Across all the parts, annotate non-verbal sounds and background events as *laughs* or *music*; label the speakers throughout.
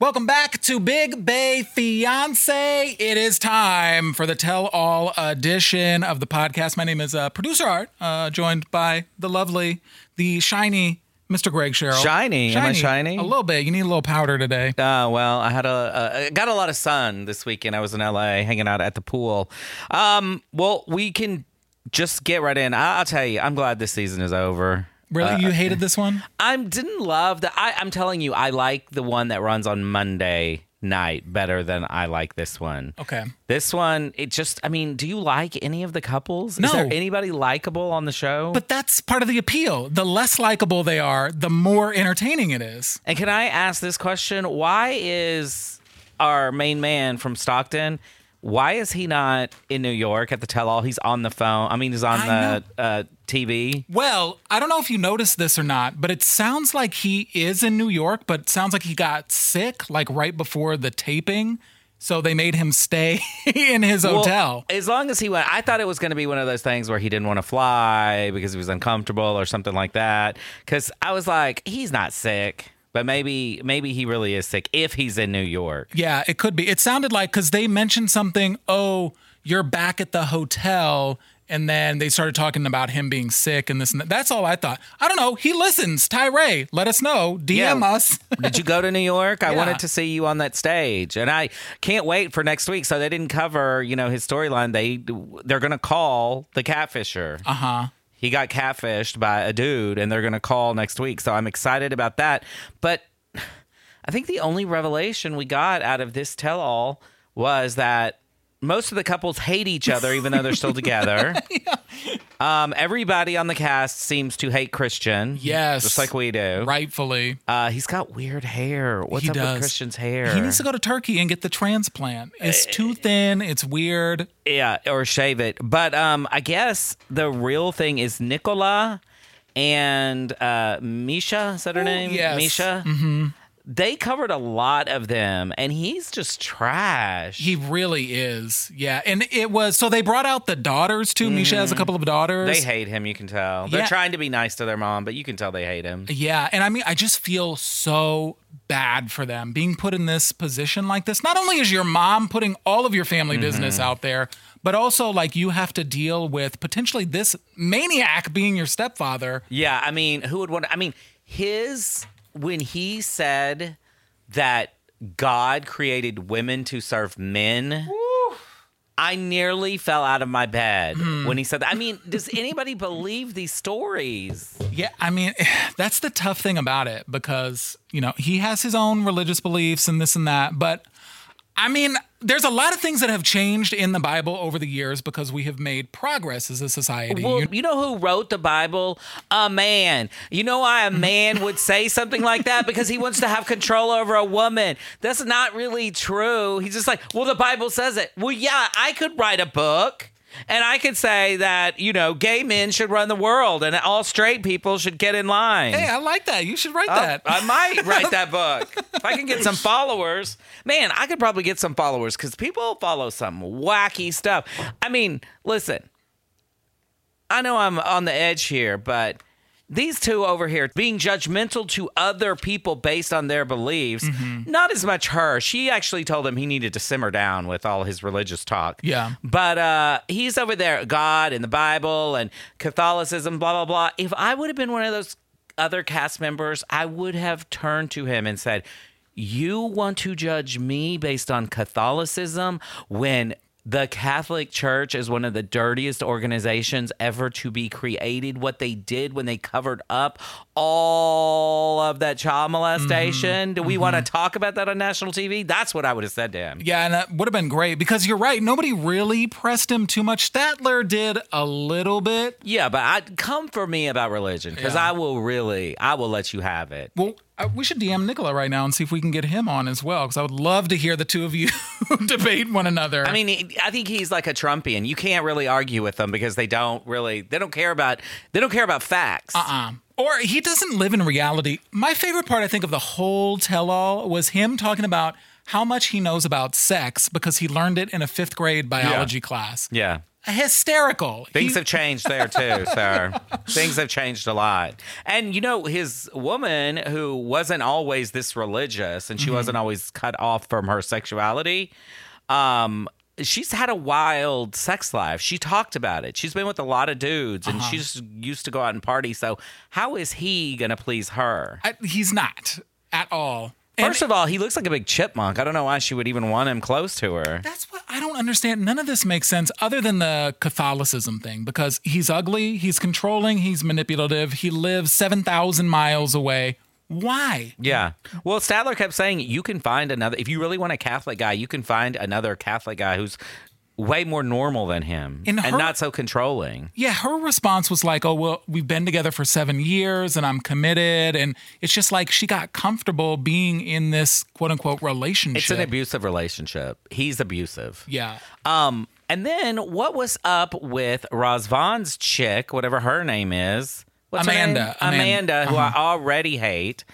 Speaker 1: Welcome back to Big Bay Fiance. It is time for the tell all edition of the podcast. My name is uh, Producer Art, uh, joined by the lovely, the shiny Mr. Greg Sherrill.
Speaker 2: Shiny? Am I shiny?
Speaker 1: A little bit. You need a little powder today.
Speaker 2: Uh, well, I had a uh, I got a lot of sun this weekend. I was in LA hanging out at the pool. Um, well, we can just get right in. I- I'll tell you, I'm glad this season is over.
Speaker 1: Really?
Speaker 2: uh,
Speaker 1: you hated this
Speaker 2: *laughs*
Speaker 1: one?
Speaker 2: I didn't love the. I, I'm telling you, I like the one that runs on Monday night better than I like this one.
Speaker 1: Okay.
Speaker 2: This one, it just. I mean, do you like any of the couples?
Speaker 1: No.
Speaker 2: Is there anybody likable on the show?
Speaker 1: But that's part of the appeal. The less likable they are, the more entertaining it is.
Speaker 2: And can I ask this question? Why is our main man from Stockton? Why is he not in New York at the tell all? He's on the phone. I mean, he's on
Speaker 1: I
Speaker 2: the uh, TV.
Speaker 1: Well, I don't know if you noticed this or not, but it sounds like he is in New York, but it sounds like he got sick like right before the taping. So they made him stay *laughs* in his
Speaker 2: Well,
Speaker 1: hotel.
Speaker 2: as long as he went, I thought it was going to be one of those things where he didn't want to fly because he was uncomfortable or something like that. Because I was like, he's not sick, but maybe maybe he really is sick if he's in New York.
Speaker 1: Yeah, it could be. It sounded like because they mentioned something, oh, you're back at the hotel. And then they started talking about him being sick and this and that. That's all I thought. I don't know. He listens. Tyree, let us know. DM
Speaker 2: Yeah.
Speaker 1: us. *laughs*
Speaker 2: Did you go to New York? I
Speaker 1: Yeah.
Speaker 2: wanted to see you on that stage, and I can't wait for next week. So they didn't cover, you know, his storyline. They they're gonna call the catfisher.
Speaker 1: Uh-huh.
Speaker 2: Uh huh. He got catfished by a dude, and they're gonna call next week. So I'm excited about that. But I think the only revelation we got out of this tell-all was that. Most of the couples hate each other, even though they're
Speaker 1: *laughs*
Speaker 2: still together. um, everybody on the cast seems to hate Christian.
Speaker 1: Yes.
Speaker 2: Just like we do.
Speaker 1: Rightfully.
Speaker 2: Uh, he's got weird hair. What's
Speaker 1: He
Speaker 2: up
Speaker 1: does.
Speaker 2: with Christian's hair?
Speaker 1: He needs to go to Turkey and get the transplant. It's
Speaker 2: Eh.
Speaker 1: too thin. It's weird.
Speaker 2: yeah, or shave it. But um, I guess the real thing is Nicola and uh, Misha. Is that her name?
Speaker 1: yes.
Speaker 2: Misha. Mm-hmm. They covered a lot of them, and he's just trash.
Speaker 1: He really is. Yeah. And it was so they brought out the daughters too. Misha has a couple of daughters.
Speaker 2: they hate him. You can tell. They're
Speaker 1: Yeah.
Speaker 2: trying to be nice to their mom, but you can tell they hate him.
Speaker 1: Yeah, and I mean, I just feel so bad for them being put in this position like this. Not only is your mom putting all of your family business out there, but also like you have to deal with potentially this maniac being your stepfather.
Speaker 2: Yeah, I mean, who would want? I mean, his when he said that God created women to serve men. I nearly fell out of my bed when he said that. I mean, does anybody believe these stories?
Speaker 1: Yeah, I mean, *sighs* that's the tough thing about it because, you know, he has his own religious beliefs and this and that. But I mean, there's a lot of things that have changed in the Bible over the years because we have made progress as a society.
Speaker 2: Well,
Speaker 1: You-
Speaker 2: you know who wrote the Bible? A man. You know
Speaker 1: *laughs*
Speaker 2: why a man would say something like that? Because he wants to have control over a woman. That's not really true. He's just like, well, the Bible says it. Well, yeah, I could write a book. And I could say that, you know, gay men should run the world and all straight people should get in line.
Speaker 1: hey, I like that. You should write
Speaker 2: Oh,
Speaker 1: that.
Speaker 2: I might write that book. if I can get some followers, man, I could probably get some followers because people follow some wacky stuff. I mean, listen, I know I'm on the edge here, but these two over here being judgmental to other people based on their beliefs, not as much her. She actually told him he needed to simmer down with all his religious talk.
Speaker 1: Yeah.
Speaker 2: But uh, he's over there, God and the Bible and Catholicism, blah, blah, blah. If I would have been one of those other cast members, I would have turned to him and said, You want to judge me based on Catholicism when the Catholic Church is one of the dirtiest organizations ever to be created? What they did when they covered up all of that child molestation? Do we want to talk about that on national TV? That's what I would have said to him.
Speaker 1: Yeah, and that would have been great because you're right. Nobody really pressed him too much. Statler did a little bit.
Speaker 2: Yeah, but I come for me about religion because
Speaker 1: Yeah.
Speaker 2: I will really, I will let you have it.
Speaker 1: Well, I, we should DM Nicola right now and see if we can get him on as well because I would love to hear the two of you *laughs* debate one another.
Speaker 2: I mean, he- I think he's like a Trumpian. You can't really argue with them because they don't really, they don't care about, they don't care about facts.
Speaker 1: Uh-uh. Or he doesn't live in reality. My favorite part, I think, of the whole tell all was him talking about how much he knows about sex because he learned it in a fifth grade biology class.
Speaker 2: Yeah.
Speaker 1: hysterical.
Speaker 2: Things
Speaker 1: He-
Speaker 2: have changed
Speaker 1: *laughs*
Speaker 2: there too, sir. Things have changed a lot. And you know, his woman who wasn't always this religious and she
Speaker 1: Mm-hmm.
Speaker 2: wasn't always cut off from her sexuality, um, she's had a wild sex life. She talked about it. She's been with a lot of dudes
Speaker 1: Uh-huh.
Speaker 2: and she's used to go out and party. So how is he gonna please her?
Speaker 1: I- he's not at all. And
Speaker 2: First of all, he looks like a big chipmunk. I don't know why she would even want him close to her.
Speaker 1: that's what I don't understand. None of this makes sense other than the Catholicism thing because he's ugly, he's controlling, he's manipulative, he lives 7,000 miles away. Why?
Speaker 2: Yeah. Well, Statler kept saying you can find another if you really want a Catholic guy, you can find another Catholic guy who's way more normal than him
Speaker 1: In
Speaker 2: and
Speaker 1: her-
Speaker 2: not so controlling.
Speaker 1: Yeah, her response was like, "Oh, well, we've been together for 7 years and I'm committed." And it's just like she got comfortable being in this quote-unquote relationship.
Speaker 2: It's an abusive relationship. He's abusive.
Speaker 1: yeah.
Speaker 2: Um and then what was up with Rosvon's chick, whatever her name is? What's her name?
Speaker 1: Amanda. Uh-huh. Aman-
Speaker 2: Amanda, who I already hate.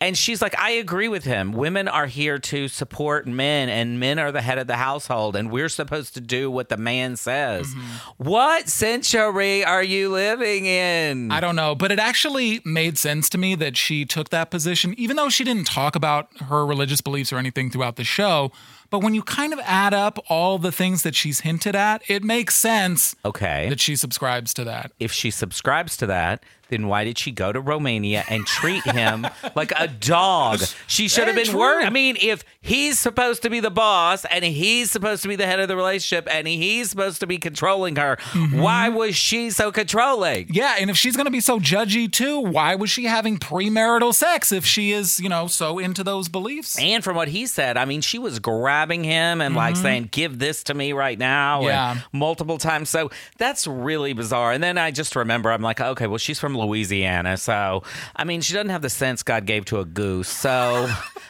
Speaker 2: And she's like, I agree with him. Women are here to support men, and men are the head of the household, and we're supposed to do what the man says.
Speaker 1: Mm-hmm.
Speaker 2: What century are you living in?
Speaker 1: I don't know, but it actually made sense to me that she took that position, even though she didn't talk about her religious beliefs or anything throughout the show. But when you kind of add up all the things that she's hinted at, it makes sense
Speaker 2: okay.
Speaker 1: that she subscribes to that.
Speaker 2: If she subscribes to that, then why did she go to Romania and treat him like a dog? She should have
Speaker 1: Very
Speaker 2: been
Speaker 1: true.
Speaker 2: worried. I mean, if he's supposed to be the boss and he's supposed to be the head of the relationship and he's supposed to be controlling her, why was she so controlling?
Speaker 1: Yeah, and if she's going to be so judgy too, why was she having premarital sex if she is, you know, so into those beliefs?
Speaker 2: And from what he said, I mean, she was grabbing him and like saying, "Give this to me right now,"
Speaker 1: Mm-hmm. Yeah.
Speaker 2: and multiple times. So that's really bizarre. And then I just remember, I'm like, okay, well, she's from Louisiana, so I mean, she doesn't have the sense God gave to a goose. So,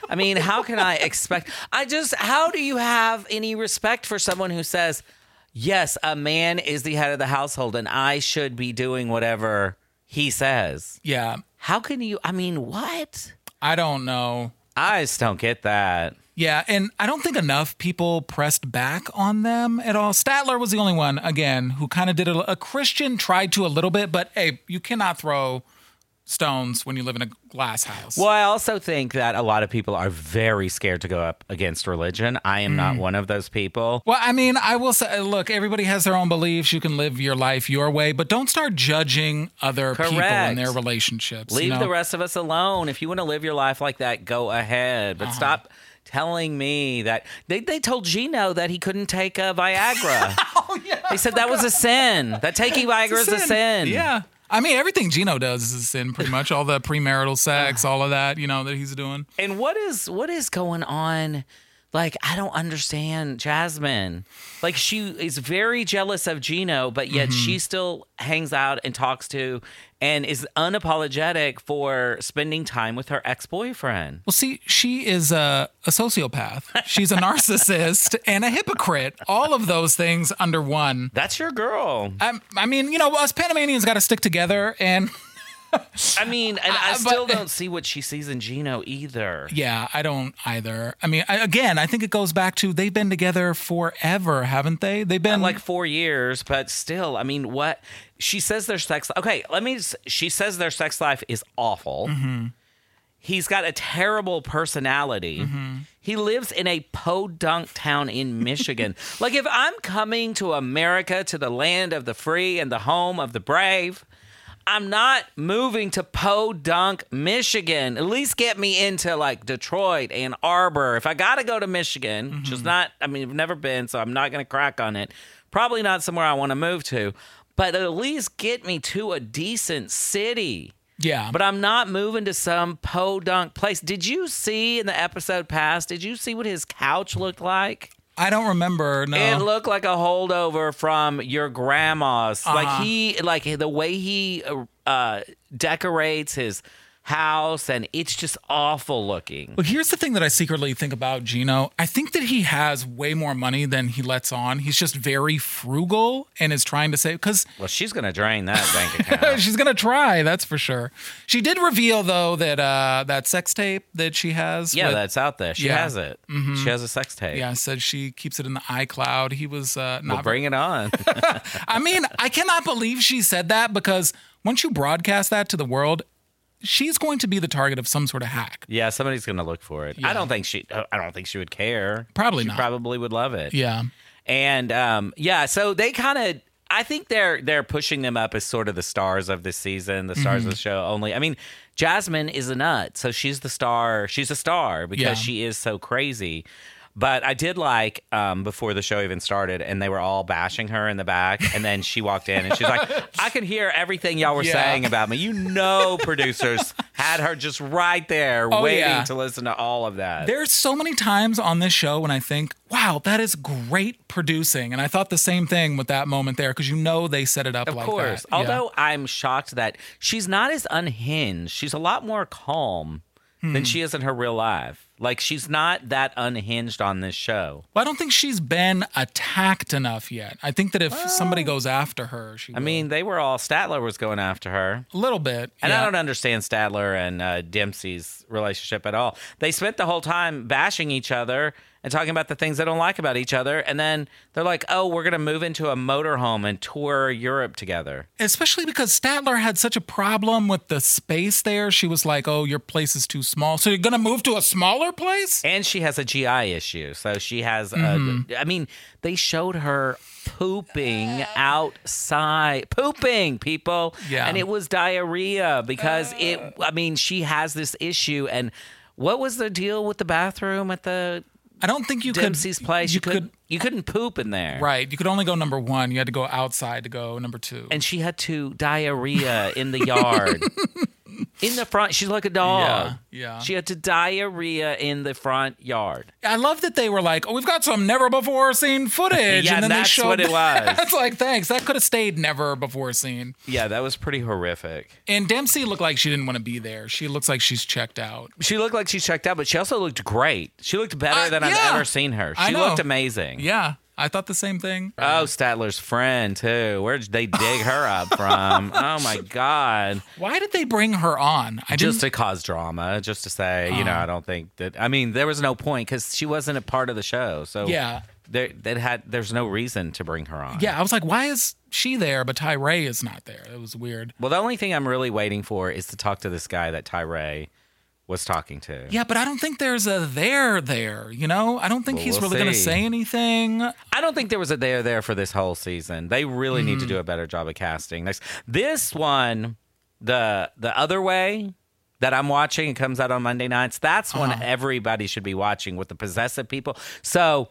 Speaker 2: I mean, how can I expect? *laughs* I just, how do you have any respect for someone who says, "Yes, a man is the head of the household, and I should be doing whatever he says"?
Speaker 1: Yeah,
Speaker 2: How can you? I mean, what?
Speaker 1: I don't know.
Speaker 2: I just don't get that.
Speaker 1: Yeah, and I don't think enough people pressed back on them at all. Statler was the only one, again, who kind of did a, a Christian tried to a little bit, but hey, you cannot throw stones when you live in a glass house.
Speaker 2: Well, I also think that a lot of people are very scared to go up against religion. I am not one of those people.
Speaker 1: Well, I mean, I will say, look, everybody has their own beliefs. You can live your life your way, but don't start judging other people
Speaker 2: Correct.
Speaker 1: and their relationships. you
Speaker 2: Leave
Speaker 1: know?
Speaker 2: the rest of us alone. If you want to live your life like that, go ahead. But stop telling me that they, they told Gino that he couldn't take a Viagra. *laughs* oh, yeah. They said that was a sin. That taking Viagra is a sin.
Speaker 1: Yeah. I mean, everything Gino does is a sin, pretty much. All the premarital
Speaker 2: *sighs*
Speaker 1: sex, all of that, you know, that he's doing.
Speaker 2: And what is what is going on? Like I don't understand Jasmine. Like she is very jealous of Gino, but yet
Speaker 1: Mm-hmm.
Speaker 2: she still hangs out and talks to and is unapologetic for spending time with her ex-boyfriend.
Speaker 1: Well, see, she is a, a sociopath. She's a narcissist *laughs* and a hypocrite. All of those things under one.
Speaker 2: That's your girl.
Speaker 1: I, I mean, you know, us Panamanians got to stick together. And
Speaker 2: I mean, and
Speaker 1: I-
Speaker 2: I,
Speaker 1: Uh, but-
Speaker 2: still don't see what she sees in Gino either.
Speaker 1: yeah, I don't either. I mean, I, again, I think it goes back to they've been together forever, haven't they? They've been
Speaker 2: like four years, but still, I mean, what she says their sex. Okay, let me. s- She says their sex life is
Speaker 1: Mm-hmm.
Speaker 2: awful. He's got a terrible personality. He lives in a podunk town in Michigan. like, if I'm coming to America, to the land of the free and the home of the brave. I'm not moving to Podunk, Michigan. At least get me into like Detroit, Ann Arbor. If I got to go to Michigan, which is not, I mean, I've never been, so I'm not going to crack on it. Probably not somewhere I want to move to, but at least get me to a decent city.
Speaker 1: yeah.
Speaker 2: But I'm not moving to some podunk place. Did you see in the episode past? Did you see what his couch looked like?
Speaker 1: I don't remember. No.
Speaker 2: It looked like a holdover from your
Speaker 1: Uh-huh.
Speaker 2: grandma's. Like he, like the way he uh, uh, decorates his house, and it's just awful looking.
Speaker 1: But here's the thing that I secretly think about Gino. I think that he has way more money than he lets on. He's just very frugal and is trying to save because
Speaker 2: Well, she's gonna drain that
Speaker 1: *laughs*
Speaker 2: bank account.
Speaker 1: she's gonna try. That's for sure. She did reveal though that uh, that sex tape that she has.
Speaker 2: Yeah,
Speaker 1: with-
Speaker 2: that's out there. She
Speaker 1: Yeah. Mm-hmm.
Speaker 2: has it. She has a sex tape.
Speaker 1: yeah. Said she keeps it in the iCloud. He was uh, not.
Speaker 2: Well, bring
Speaker 1: *laughs*
Speaker 2: it on.
Speaker 1: I mean, I cannot believe she said that because once you broadcast that to the world, she's going to be the target of some sort of hack.
Speaker 2: yeah, somebody's gonna look for it. I don't think she. I don't think she would care.
Speaker 1: Probably
Speaker 2: She
Speaker 1: not.
Speaker 2: Probably would love it.
Speaker 1: Yeah.
Speaker 2: And um, yeah, so they kind of. I think they're they're pushing them up as sort of the stars of this season, the stars
Speaker 1: Mm-hmm.
Speaker 2: of the show. Only, I mean, Jasmine is a nut, so she's the star. She's a star because
Speaker 1: Yeah.
Speaker 2: she is so crazy. But I did like um, before the show even started, and they were all bashing her in the back, and then she walked in and she's
Speaker 1: *laughs*
Speaker 2: like, "I could hear everything y'all were
Speaker 1: Yeah.
Speaker 2: saying about me." You know, producers had her just right there,
Speaker 1: Oh,
Speaker 2: waiting
Speaker 1: yeah.
Speaker 2: to listen to all of that.
Speaker 1: There's so many times on this show when I think, wow, that is great producing. And I thought the same thing with that moment there because you know they set it up
Speaker 2: Of
Speaker 1: like
Speaker 2: course.
Speaker 1: that. Yeah.
Speaker 2: Although I'm shocked that she's not as unhinged. She's a lot more calm
Speaker 1: Hmm.
Speaker 2: than she is in her real life. Like she's not that unhinged on this show.
Speaker 1: Well, I don't think she's been attacked enough yet. I think that if somebody goes after her, she
Speaker 2: Oh. I mean, they were all Statler was going after her.
Speaker 1: a little bit.
Speaker 2: And
Speaker 1: yeah.
Speaker 2: I don't understand Statler and uh, Dempsey's relationship at all. They spent the whole time bashing each other and talking about the things they don't like about each other. And then they're like, oh, we're going to move into a motorhome and tour Europe together.
Speaker 1: especially because Statler had such a problem with the space there. She was like, "Oh, your place is too small, so you're gonna move to a smaller place."
Speaker 2: and she has a GI issue. So she has.
Speaker 1: Mm-hmm.
Speaker 2: A, I mean, they showed her pooping outside, pooping people,
Speaker 1: Yeah.
Speaker 2: and it was diarrhea because it. I mean, she has this issue, and what was the deal with the bathroom at the
Speaker 1: I don't think you
Speaker 2: Dempsey's
Speaker 1: could.
Speaker 2: place?
Speaker 1: You, could,
Speaker 2: You couldn't poop in there,
Speaker 1: Right, you could only go number one. You had to go outside to go number two.
Speaker 2: And she had to diarrhea in the
Speaker 1: *laughs*
Speaker 2: yard. In the front, she's like a dog.
Speaker 1: Yeah, yeah.
Speaker 2: She had to diarrhea in the front yard.
Speaker 1: I love that they were like, "Oh, we've got some never before seen footage,"
Speaker 2: *laughs* Yeah,
Speaker 1: and then
Speaker 2: that's
Speaker 1: they showed
Speaker 2: what it was.
Speaker 1: That's like, thanks. *laughs* That could have stayed never before seen.
Speaker 2: Yeah, that was pretty horrific.
Speaker 1: And Dempsey looked like she didn't want to be there. She looks like she's checked out.
Speaker 2: She looked like she checked out, but she also looked great. She looked better
Speaker 1: Uh,
Speaker 2: than
Speaker 1: yeah.
Speaker 2: I've ever seen her.
Speaker 1: I
Speaker 2: She
Speaker 1: know.
Speaker 2: looked amazing.
Speaker 1: Yeah, I thought the same thing.
Speaker 2: Oh, Statler's friend too. Where'd they dig
Speaker 1: *laughs*
Speaker 2: her up from? oh my god!
Speaker 1: Why did they bring her on? I didn't.
Speaker 2: Just
Speaker 1: Uh-huh.
Speaker 2: to cause drama, just to say, you know, I don't think that. I mean, there was no point because she wasn't a part of the show, so
Speaker 1: Yeah.
Speaker 2: there that had there's no reason to bring her on.
Speaker 1: Yeah, I was like, why is she there but Ty Ray is not there? It was weird.
Speaker 2: Well, the only thing I'm really waiting for is to talk to this guy that Tyray was talking to.
Speaker 1: Yeah, but I don't think there's a there there. You know, I don't think
Speaker 2: Well,
Speaker 1: he's
Speaker 2: we'll
Speaker 1: really going to
Speaker 2: see.
Speaker 1: say anything.
Speaker 2: I don't think there was a there there for this whole season. They really need to do a better job of casting. Next, this one, the the other way that I'm watching, it comes out on Monday nights. That's one everybody should be watching with the possessive people. So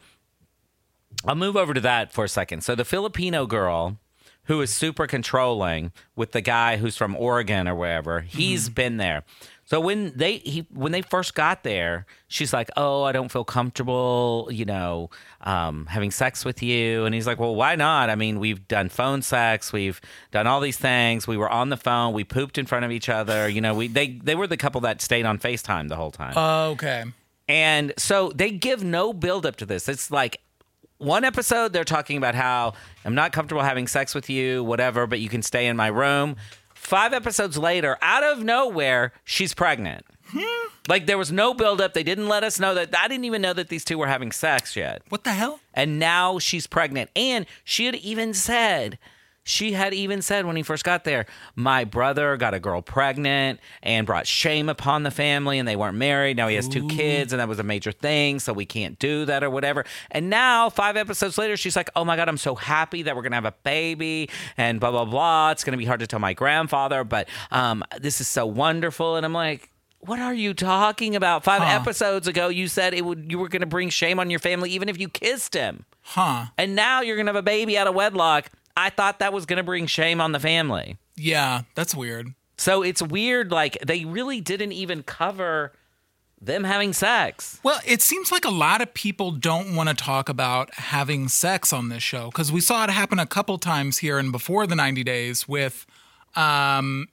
Speaker 2: I'll move over to that for a second. So the Filipino girl who is super controlling with the guy who's from Oregon or wherever, he's been there. So when they he when they first got there, she's like, "Oh, I don't feel comfortable, you know, um, having sex with you." And he's like, "Well, why not? I mean, we've done phone sex, we've done all these things. We were on the phone, we pooped in front of each other. You know, we they they were the couple that stayed on Facetime the whole time."
Speaker 1: Uh, Okay.
Speaker 2: And so they give no build up to this. It's like one episode they're talking about how I'm not comfortable having sex with you, whatever, but you can stay in my room. Five episodes later, out of nowhere, she's pregnant. like there was no build up. They didn't let us know that. I didn't even know that these two were having sex yet.
Speaker 1: What the hell?
Speaker 2: And now she's pregnant. And she had even said, she had even said when he first got there, my brother got a girl pregnant and brought shame upon the family, and they weren't married. Now he has two kids, and that was a major thing, so we can't do that or whatever. And now, five episodes later, she's like, oh my God, I'm so happy that we're going to have a baby, and blah, blah, blah. It's going to be hard to tell my grandfather, but um, this is so wonderful. And I'm like, what are you talking about? Five episodes ago, you said it would you were going to bring shame on your family even if you kissed him,
Speaker 1: Huh.
Speaker 2: and now you're going to have a baby out of wedlock. I thought that was going to bring shame on the family.
Speaker 1: Yeah, that's weird.
Speaker 2: So it's weird. Like they really didn't even cover them having sex.
Speaker 1: Well, it seems like a lot of people don't want to talk about having sex on this show because we saw it happen a couple times here and before the 90 days with um,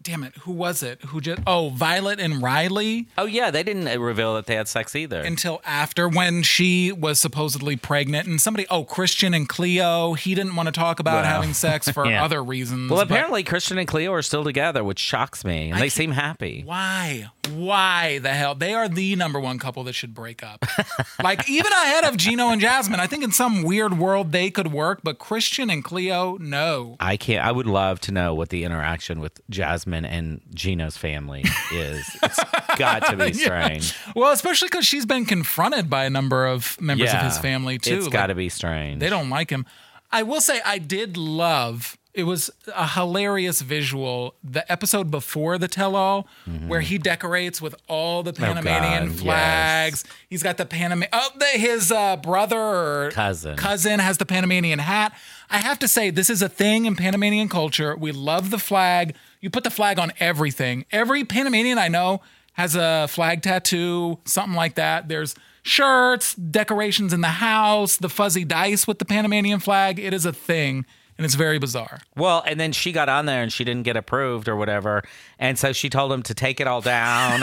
Speaker 1: damn it, who was it? Who just oh Violet and Riley
Speaker 2: Oh yeah, they didn't uh, reveal that they had sex either.
Speaker 1: until after when she was supposedly pregnant and somebody oh Christian and Cleo he didn't want to talk about
Speaker 2: Wow.
Speaker 1: having sex for
Speaker 2: *laughs* Yeah.
Speaker 1: other reasons.
Speaker 2: well,
Speaker 1: but
Speaker 2: apparently Christian and Cleo are still together, which shocks me, and they seem happy.
Speaker 1: why why the hell they are the number one couple that should break up *laughs* like even ahead of Gino and Jasmine I think in some weird world they could work but Christian and Cleo no
Speaker 2: I can't. I would love to know what the interaction with Jasmine and Gino's family is. It's got to *laughs* be strange.
Speaker 1: well especially because she's been confronted by a number of members of his family too
Speaker 2: It's
Speaker 1: Like,
Speaker 2: got to be strange.
Speaker 1: they don't like him. I will say I did love it was a hilarious visual the episode before the tell-all where he decorates with all the panamanian
Speaker 2: Oh, God,
Speaker 1: flags he's got the panamanian oh the, his uh, brother or
Speaker 2: Cousin.
Speaker 1: cousin has the panamanian hat i have to say this is a thing in panamanian culture we love the flag you put the flag on everything every panamanian i know has a flag tattoo something like that there's shirts, decorations in the house, the fuzzy dice with the Panamanian flag. It is a thing, and it's very bizarre.
Speaker 2: Well, and then she got on there and she didn't get approved or whatever. And so she told him to take it all down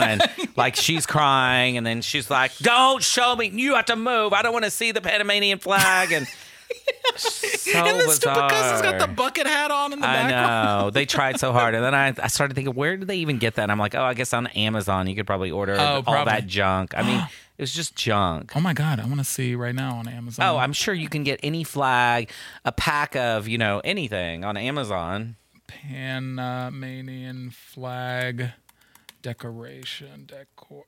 Speaker 1: *laughs*
Speaker 2: and like she's crying and then she's like, "Don't show me. You have to move. I don't want to see the Panamanian flag."
Speaker 1: *laughs*
Speaker 2: And so
Speaker 1: and the stupid cousin's got the
Speaker 2: bizarre.
Speaker 1: bucket hat on in the
Speaker 2: I
Speaker 1: *laughs* background.
Speaker 2: know. They tried so hard. And then I, I started thinking, where did they even get that? And I'm like, oh, I guess on Amazon you could probably order all
Speaker 1: Oh, probably.
Speaker 2: that junk.
Speaker 1: *gasps*
Speaker 2: I mean, it was just junk.
Speaker 1: Oh my god, I want to see right now on Amazon.
Speaker 2: Oh, I'm sure you can get any flag, a pack of, you know, anything on Amazon.
Speaker 1: Panamanian flag decoration decor.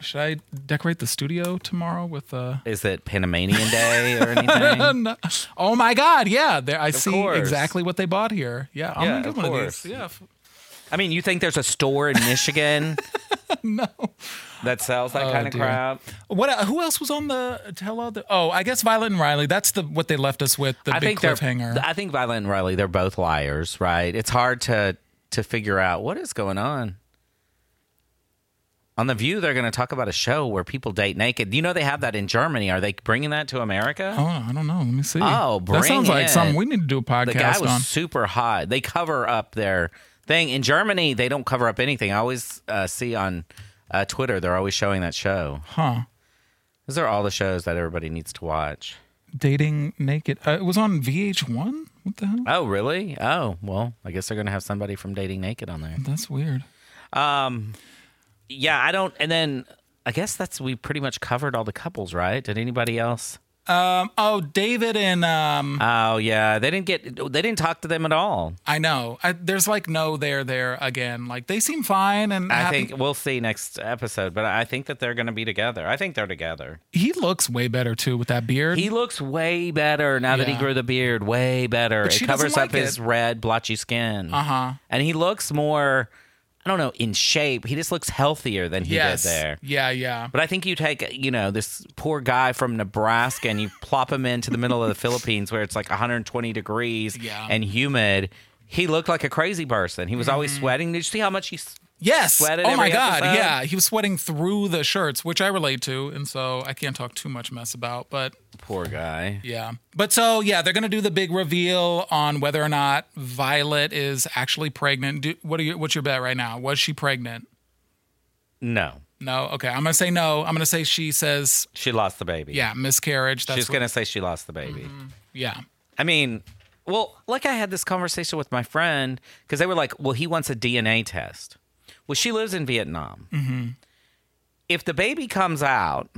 Speaker 1: Should I decorate the studio tomorrow with uh, a?
Speaker 2: Is it Panamanian Day
Speaker 1: *laughs*
Speaker 2: or anything?
Speaker 1: Oh my God! Yeah, there I see
Speaker 2: course.
Speaker 1: exactly what they bought here. Yeah, I'm
Speaker 2: Yeah,
Speaker 1: gonna get
Speaker 2: of
Speaker 1: one
Speaker 2: course.
Speaker 1: of these. Yeah, f-
Speaker 2: I mean, you think there's a store in Michigan
Speaker 1: *laughs* no. Oh,
Speaker 2: that sells that kind of
Speaker 1: dear.
Speaker 2: crap?
Speaker 1: What? Uh, who else was on the tell all? The, oh, I guess Violet and Riley. That's the what they left us with. The
Speaker 2: I
Speaker 1: big
Speaker 2: think
Speaker 1: cliffhanger.
Speaker 2: they're. I think Violet and Riley, they're both liars, right? It's hard to to figure out what is going on. On the View, they're going to talk about a show where people date naked. You know they have that in Germany. Are they bringing that to America?
Speaker 1: oh, I don't know. Let me see.
Speaker 2: Oh,
Speaker 1: that sounds
Speaker 2: bring
Speaker 1: like something
Speaker 2: it.
Speaker 1: we need to do a
Speaker 2: the guy
Speaker 1: podcast
Speaker 2: was
Speaker 1: on.
Speaker 2: super hot. They cover up their thing in Germany. They don't cover up anything. I always uh, see on uh, Twitter they're always showing that show.
Speaker 1: Huh?
Speaker 2: Those are all the shows that everybody needs to watch.
Speaker 1: Dating naked. Uh, it was on VH1. What the hell?
Speaker 2: Oh, really? Oh, well, I guess they're going to have somebody from Dating Naked on there.
Speaker 1: That's weird.
Speaker 2: Um, yeah, I don't. And then I guess that's we pretty much covered all the couples, right? Did anybody else?
Speaker 1: Um. Oh, David and um.
Speaker 2: Oh yeah, they didn't get. They didn't talk to them at all.
Speaker 1: I know. I, there's like no there there again. Like they seem fine and
Speaker 2: I
Speaker 1: happy.
Speaker 2: think we'll see next episode, but I think that they're going to be together. I think they're together.
Speaker 1: he looks way better too with that beard.
Speaker 2: He looks way better now that he
Speaker 1: Yeah.
Speaker 2: grew the beard. Way better.
Speaker 1: she
Speaker 2: it covers
Speaker 1: doesn't
Speaker 2: up
Speaker 1: like
Speaker 2: his
Speaker 1: it.
Speaker 2: red blotchy skin. Uh
Speaker 1: Uh-huh.
Speaker 2: And he looks more. I don't know, in shape. He just looks healthier than he
Speaker 1: yes.
Speaker 2: did there.
Speaker 1: Yeah. Yeah.
Speaker 2: But I think you take, you know, this poor guy from Nebraska and
Speaker 1: *laughs*
Speaker 2: you plop him into the middle of the Philippines where it's like 120 degrees
Speaker 1: Yeah.
Speaker 2: and humid. He looked like a crazy person. He was always
Speaker 1: Mm-hmm.
Speaker 2: sweating. Did you see how much he s-
Speaker 1: Yes.
Speaker 2: sweated
Speaker 1: oh my
Speaker 2: every
Speaker 1: god.
Speaker 2: episode?
Speaker 1: Yeah, he was sweating through the shirts, which I relate to, and so I can't talk too much mess about. But
Speaker 2: Poor guy.
Speaker 1: yeah. But so yeah, they're gonna do the big reveal on whether or not Violet is actually pregnant. Do, what are you? What's your bet right now? Was she pregnant?
Speaker 2: No,
Speaker 1: No. Okay. I'm gonna say no. I'm gonna say she says
Speaker 2: she lost the baby.
Speaker 1: yeah miscarriage. That's
Speaker 2: She's
Speaker 1: what-
Speaker 2: going to say she lost the baby.
Speaker 1: yeah.
Speaker 2: I mean, well, like I had this conversation with my friend because they were like, well, he wants a DNA test. Well, she lives in Vietnam. If the baby comes out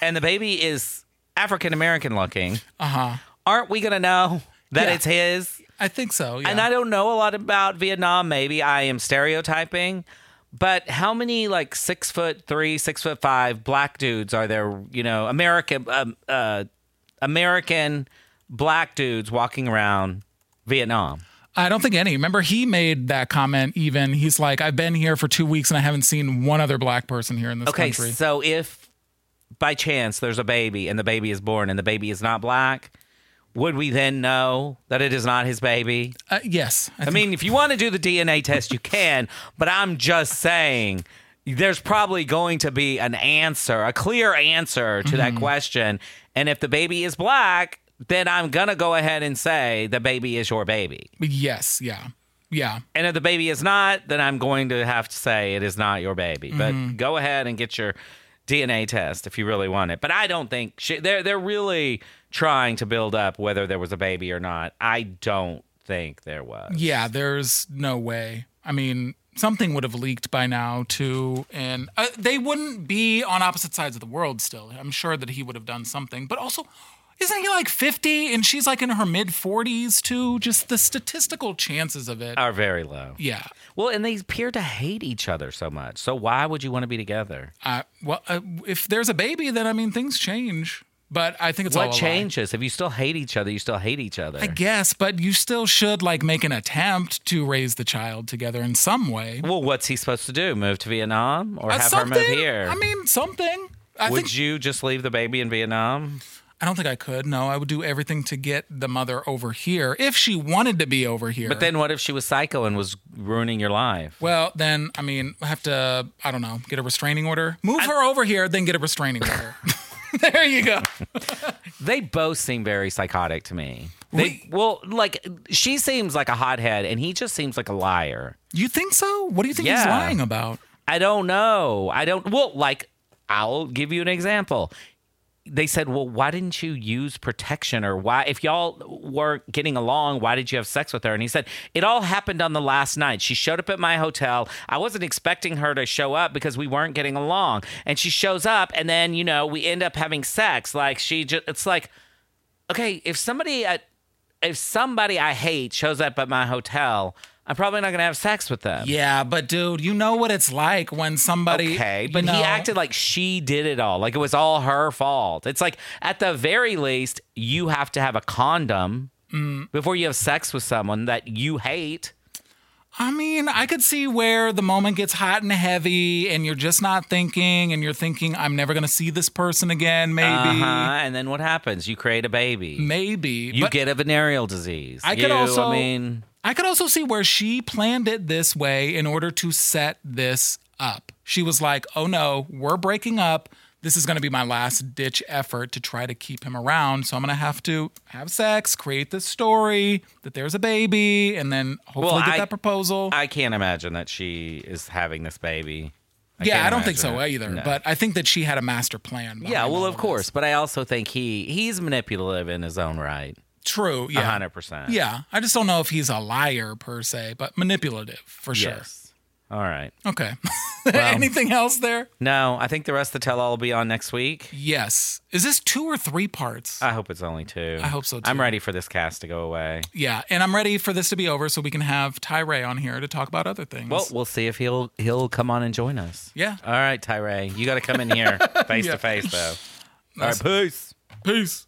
Speaker 2: and the baby is African American looking, uh-huh. aren't we going to know that
Speaker 1: Yeah.
Speaker 2: it's his?
Speaker 1: I think so. Yeah.
Speaker 2: And I don't know a lot about Vietnam. Maybe I am stereotyping, but how many like six foot three, six foot five black dudes are there? You know, American, um, uh, American black dudes walking around Vietnam.
Speaker 1: I don't think any. Remember, he made that comment. Even he's like, I've been here for two weeks and I haven't seen one other black person here in this
Speaker 2: Okay,
Speaker 1: country.
Speaker 2: so if by chance there's a baby and the baby is born and the baby is not black, would we then know that it is not his baby?
Speaker 1: Uh, yes. I,
Speaker 2: I
Speaker 1: think-
Speaker 2: mean, if you want to do the DNA test, you can, but I'm just saying there's probably going to be an answer, a clear answer to that question. And if the baby is black, then I'm going to go ahead and say the baby is your baby.
Speaker 1: yes. Yeah. Yeah.
Speaker 2: And if the baby is not, then I'm going to have to say it is not your baby. But go ahead and get your DNA test if you really want it. But I don't think she, they're they're really trying to build up whether there was a baby or not. I don't think there was.
Speaker 1: Yeah, there's no way. I mean, something would have leaked by now too, and uh, they wouldn't be on opposite sides of the world still. I'm sure that he would have done something, but also. Isn't he like 50 and she's like in her mid 40s too? Just the statistical chances of it.
Speaker 2: Are very low.
Speaker 1: yeah.
Speaker 2: Well, and they appear to hate each other so much. So why would you want to be together?
Speaker 1: I, well, uh, if there's a baby, then I mean, things change. But I think it's all a
Speaker 2: what
Speaker 1: lie.
Speaker 2: changes? If you still hate each other, you still hate each other.
Speaker 1: I guess, but you still should like make an attempt to raise the child together in some way.
Speaker 2: well, what's he supposed to do? Move to Vietnam or
Speaker 1: Uh,
Speaker 2: have her
Speaker 1: something.
Speaker 2: move here?
Speaker 1: I mean, something. I
Speaker 2: would
Speaker 1: think
Speaker 2: you just leave the baby in Vietnam?
Speaker 1: I don't think I could. No, I would do everything to get the mother over here if she wanted to be over here.
Speaker 2: But then what if she was psycho and was ruining your life?
Speaker 1: well, then I mean, I have to. I don't know. Get a restraining order. Move her over here, then get a restraining order. *laughs* there you go.
Speaker 2: They both seem very psychotic to me. They well, like she seems like a hothead and he just seems like a liar.
Speaker 1: You think so? What do you think he's
Speaker 2: Yeah.
Speaker 1: lying about?
Speaker 2: I don't know. I don't well, like I'll give you an example. They said, "Well, why didn't you use protection or why if y'all weren't getting along, why did you have sex with her?" And he said, "It all happened on the last night. She showed up at my hotel. I wasn't expecting her to show up because we weren't getting along. And she shows up and then, you know, we end up having sex. Like she just it's like okay, if somebody I, if somebody I hate shows up at my hotel, I'm probably not going to have sex with them."
Speaker 1: Yeah, but dude, you know what it's like when somebody.
Speaker 2: Okay,
Speaker 1: you
Speaker 2: but he
Speaker 1: know-
Speaker 2: acted like she did it all. Like it was all her fault. It's like at the very least, you have to have a condom before you have sex with someone that you hate.
Speaker 1: I mean, I could see where the moment gets hot and heavy, and you're just not thinking, and you're thinking, I'm never going to see this person again, maybe.
Speaker 2: Uh-huh. And then what happens? You create a baby.
Speaker 1: Maybe.
Speaker 2: you
Speaker 1: but
Speaker 2: get a venereal disease.
Speaker 1: I could
Speaker 2: You,
Speaker 1: also-
Speaker 2: Mm. I mean,
Speaker 1: I could also see where she planned it this way in order to set this up. She was like, oh no, we're breaking up. This is going to be my last ditch effort to try to keep him around. So I'm going to have to have sex, create this story that there's a baby, and then hopefully
Speaker 2: Well,
Speaker 1: get
Speaker 2: I-
Speaker 1: that proposal.
Speaker 2: I can't imagine that she is having this baby.
Speaker 1: yeah,
Speaker 2: can't
Speaker 1: I don't think so
Speaker 2: imagine it.
Speaker 1: either.
Speaker 2: No.
Speaker 1: But I think that she had a master plan.
Speaker 2: Yeah,
Speaker 1: behind
Speaker 2: well,
Speaker 1: all
Speaker 2: of
Speaker 1: this.
Speaker 2: course. But I also think he he's manipulative in his own right.
Speaker 1: True. Yeah.
Speaker 2: hundred percent.
Speaker 1: Yeah, I just don't know if he's a liar per se, but manipulative for sure.
Speaker 2: Yes. All right.
Speaker 1: Okay. *laughs* Anything else there?
Speaker 2: No, I think the rest of the tell all will be on next week.
Speaker 1: Yes. Is this two or three parts?
Speaker 2: I hope it's only two. I
Speaker 1: hope so,
Speaker 2: I'm
Speaker 1: too.
Speaker 2: ready for this cast to go away.
Speaker 1: yeah, and I'm ready for this to be over so we can have Tyray on here to talk about other things.
Speaker 2: Well, uh, we'll see if he'll he'll come on and join us.
Speaker 1: Yeah.
Speaker 2: All right, Tyray, you got to come in here
Speaker 1: *laughs*
Speaker 2: face
Speaker 1: Yeah.
Speaker 2: to face though. All right, peace.
Speaker 1: peace.